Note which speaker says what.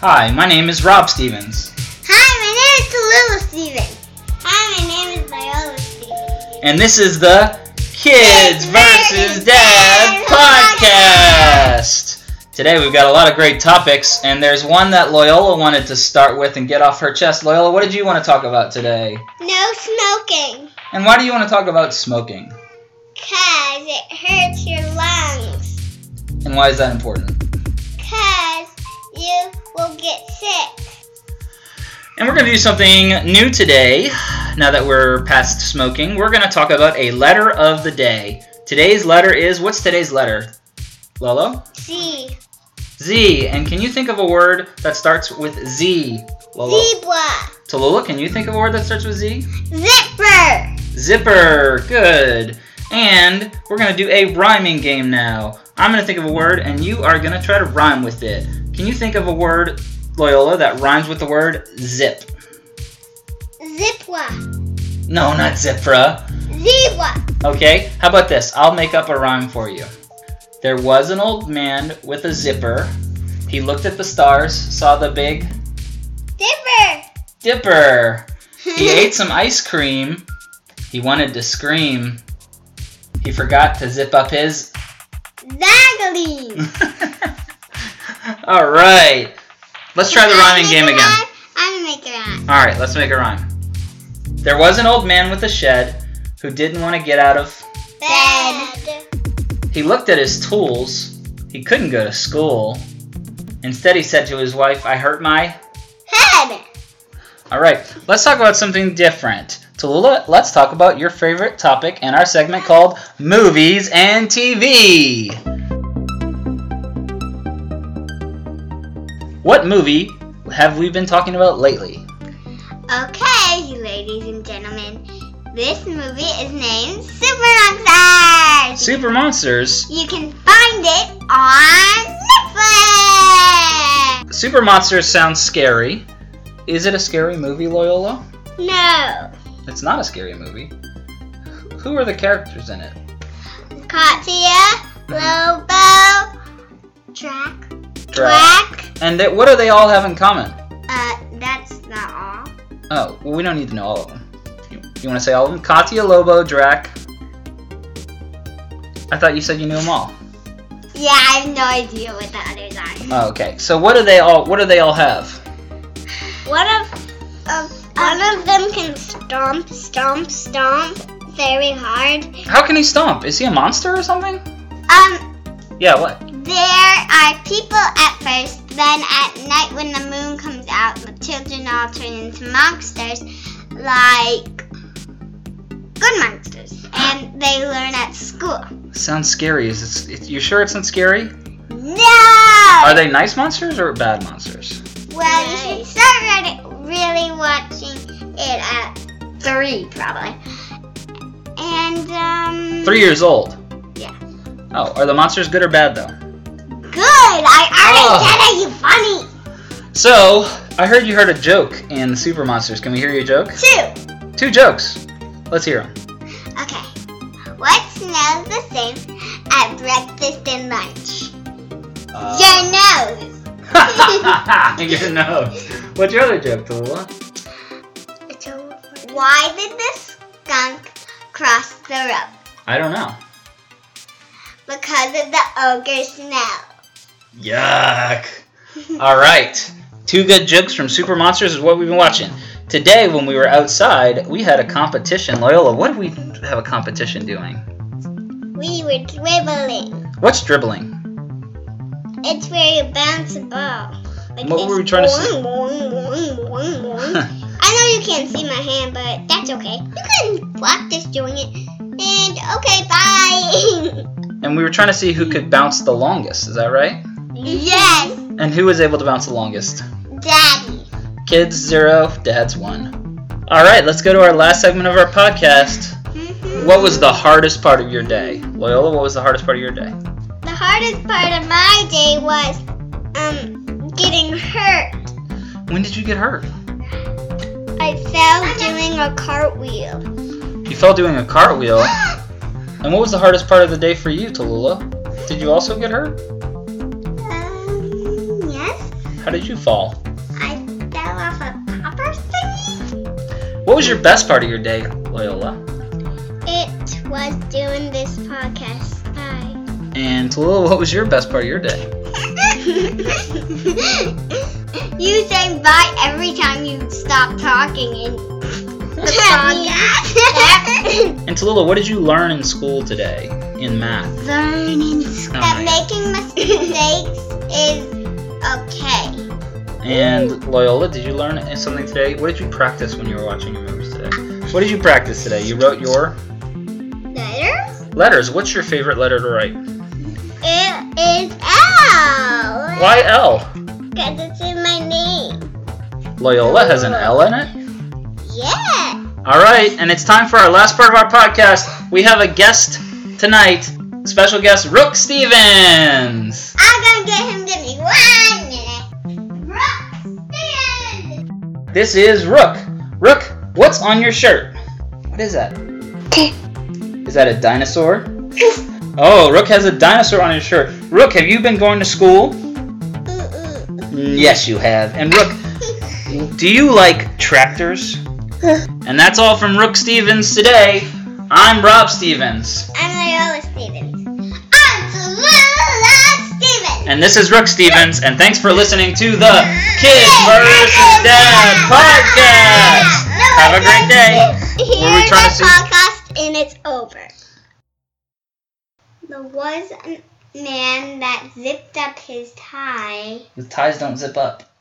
Speaker 1: Hi, my name is Rob Stevens,
Speaker 2: Hi, my name is Tallulah Stevens. Hi, my name is Viola Stevens.
Speaker 1: and this is the Kids versus Dad podcast. Today we've got a lot of great topics, and there's one that Loyola wanted to start with and get off her chest. Loyola, what did you want to talk about today?
Speaker 2: No smoking,
Speaker 1: And why do you want to talk about smoking?
Speaker 2: cause it hurts your lungs,
Speaker 1: And why is that important?
Speaker 2: cause you will get sick.
Speaker 1: And we're going to do something new today. Now that we're past smoking, we're going to talk about a letter of the day. Today's letter is what's today's letter? Lolo?
Speaker 2: See,
Speaker 1: Z. And can you think of a word that starts with Z? Lola.
Speaker 2: zebra,
Speaker 1: Tallulah, can you think of a word that starts with Z?
Speaker 2: zipper.
Speaker 1: Zipper. Good. And we're going to do a rhyming game now. I'm going to think of a word and you are going to try to rhyme with it. Can you think of a word, Loyola, that rhymes with the word zip?
Speaker 2: Zipwa.
Speaker 1: No, not zipra.
Speaker 2: Zebra.
Speaker 1: Okay, how about this? I'll make up a rhyme for you. There was an old man with a zipper. He looked at the stars, saw the big
Speaker 2: Zipper.
Speaker 1: dipper. He ate some ice cream. He wanted to scream. He forgot to zip up his.
Speaker 2: Zaggly.
Speaker 1: All right. Let's try the rhyming game again.
Speaker 2: I'm gonna make a rhyme.
Speaker 1: All right, let's make a rhyme. There was an old man with a shed who didn't want to get out of.
Speaker 2: Bed.
Speaker 1: He looked at his tools. He couldn't go to school. Instead, he said to his wife, I hurt my.
Speaker 2: Head.
Speaker 1: All right, let's talk about something different. Tallulah, let's talk about your favorite topic and our segment called Movies and TV. What movie have we been talking about lately?
Speaker 2: Okay, ladies and gentlemen, this movie is named Super Monsters.
Speaker 1: Super Monsters.
Speaker 2: you can find it on Netflix.
Speaker 1: Super Monsters sounds scary. Is it a scary movie, Loyola?
Speaker 2: No,
Speaker 1: It's not a scary movie. Who are the characters in it?
Speaker 2: Katya, Lobo, Drac, Drac.
Speaker 1: And they, what do they all have in common?
Speaker 2: Uh, that's not all.
Speaker 1: Oh, well, we don't need to know all of them. You, want to say all of them? Katya, Lobo, Drac. I thought you said you knew them all.
Speaker 2: Yeah, I have no idea what the others are.
Speaker 1: Oh, okay. So what do they all? What do they all have?
Speaker 2: One of um, one of them can stomp, stomp, stomp very hard.
Speaker 1: How can he stomp? Is he a monster or something?
Speaker 2: Um,
Speaker 1: Yeah. What?
Speaker 2: There are people at first, then at night when the moon comes out, the children all turn into monsters, like good monsters, and they learn at school.
Speaker 1: Sounds scary. Is it? it you sure it's not scary?
Speaker 2: No!
Speaker 1: Are they nice monsters or bad monsters?
Speaker 2: Well, you should start read- really watching it at three, probably. And, um.
Speaker 1: Three years old.
Speaker 2: Yeah.
Speaker 1: Oh, are the monsters good or bad though?
Speaker 2: Good! I already
Speaker 1: Oh.
Speaker 2: said it, you funny!
Speaker 1: So I heard you heard a joke in Super Monsters. Can we hear your joke?
Speaker 2: Two!
Speaker 1: Two jokes. Let's hear them.
Speaker 2: Okay. What smells the same at breakfast and lunch? Your nose.
Speaker 1: Your nose. What's your other joke, Tallulah?
Speaker 2: Why did the skunk cross the road?
Speaker 1: I don't know.
Speaker 2: Because of the ogre smell.
Speaker 1: Yuck. All right. Two good jokes from Super Monsters is what we've been watching. Today, when we were outside, we had a competition. Loyola, what did we have a competition doing?
Speaker 2: We were dribbling.
Speaker 1: What's dribbling?
Speaker 2: It's where you bounce a ball. Like
Speaker 1: What
Speaker 2: this.
Speaker 1: were we trying to say?
Speaker 2: Boing, boing, boing, boing, boing. I know you can't see my hand, but that's okay. You can practice doing it. And okay, bye.
Speaker 1: And we were trying to see who could bounce the longest, is that right?
Speaker 2: yes,
Speaker 1: And who was able to bounce the longest?
Speaker 2: Daddy.
Speaker 1: Kids, zero. Dad's, one. All right, let's go to our last segment of our podcast.
Speaker 2: Mhm.
Speaker 1: What was the hardest part of your day? Loyola, what was the hardest part of your day?
Speaker 2: The hardest part of my day was um getting hurt.
Speaker 1: When did you get hurt?
Speaker 2: I fell doing a cartwheel.
Speaker 1: You fell doing a cartwheel. And what was the hardest part of the day for you, Tallulah? Did you also get hurt?
Speaker 2: Um, yes.
Speaker 1: How did you fall?
Speaker 2: I fell off a copper thingy.
Speaker 1: What was your best part of your day, Loyola?
Speaker 2: It was doing this podcast. Bye.
Speaker 1: And Tallulah, what was your best part of your day?
Speaker 2: you say bye every time you stop talking in the podcast.
Speaker 1: And Tallulah, what did you learn in school today in math?
Speaker 2: Learning that
Speaker 1: my
Speaker 2: making mistakes is okay.
Speaker 1: And Loyola, did you learn something today? What did you practice when you were watching your movies today? What did you practice today? You wrote your
Speaker 2: Letters?
Speaker 1: letters. What's your favorite letter to write?
Speaker 2: It is L.
Speaker 1: Why L?
Speaker 2: Because it's in my name.
Speaker 1: Loyola has an L in it.
Speaker 2: Yeah.
Speaker 1: All right, and it's time for our last part of our podcast. We have a guest tonight, special guest Rook Stevens.
Speaker 2: I'm gonna get him. Give me one minute. Rock stand.
Speaker 1: This is Rook. Rook, what's on your shirt? What is that? Is that a dinosaur? Oh, Rook has a dinosaur on his shirt. Rook, have you been going to school?
Speaker 2: Ooh,
Speaker 1: Yes, you have. And Rook,
Speaker 2: ooh.
Speaker 1: do you like tractors? and that's all from Rook Stevens today. I'm Rob Stevens,
Speaker 2: I'm oh, Loyola Stevens. I'm Tallulah Stevens.
Speaker 1: and this is Rook Stevens, and thanks for listening to the Kids vs. Dad podcast. Have a great day. What were we
Speaker 2: Here's
Speaker 1: trying
Speaker 2: our
Speaker 1: to say?
Speaker 2: podcast, and it's over. There was a man that zipped up his tie.
Speaker 1: The ties don't zip up.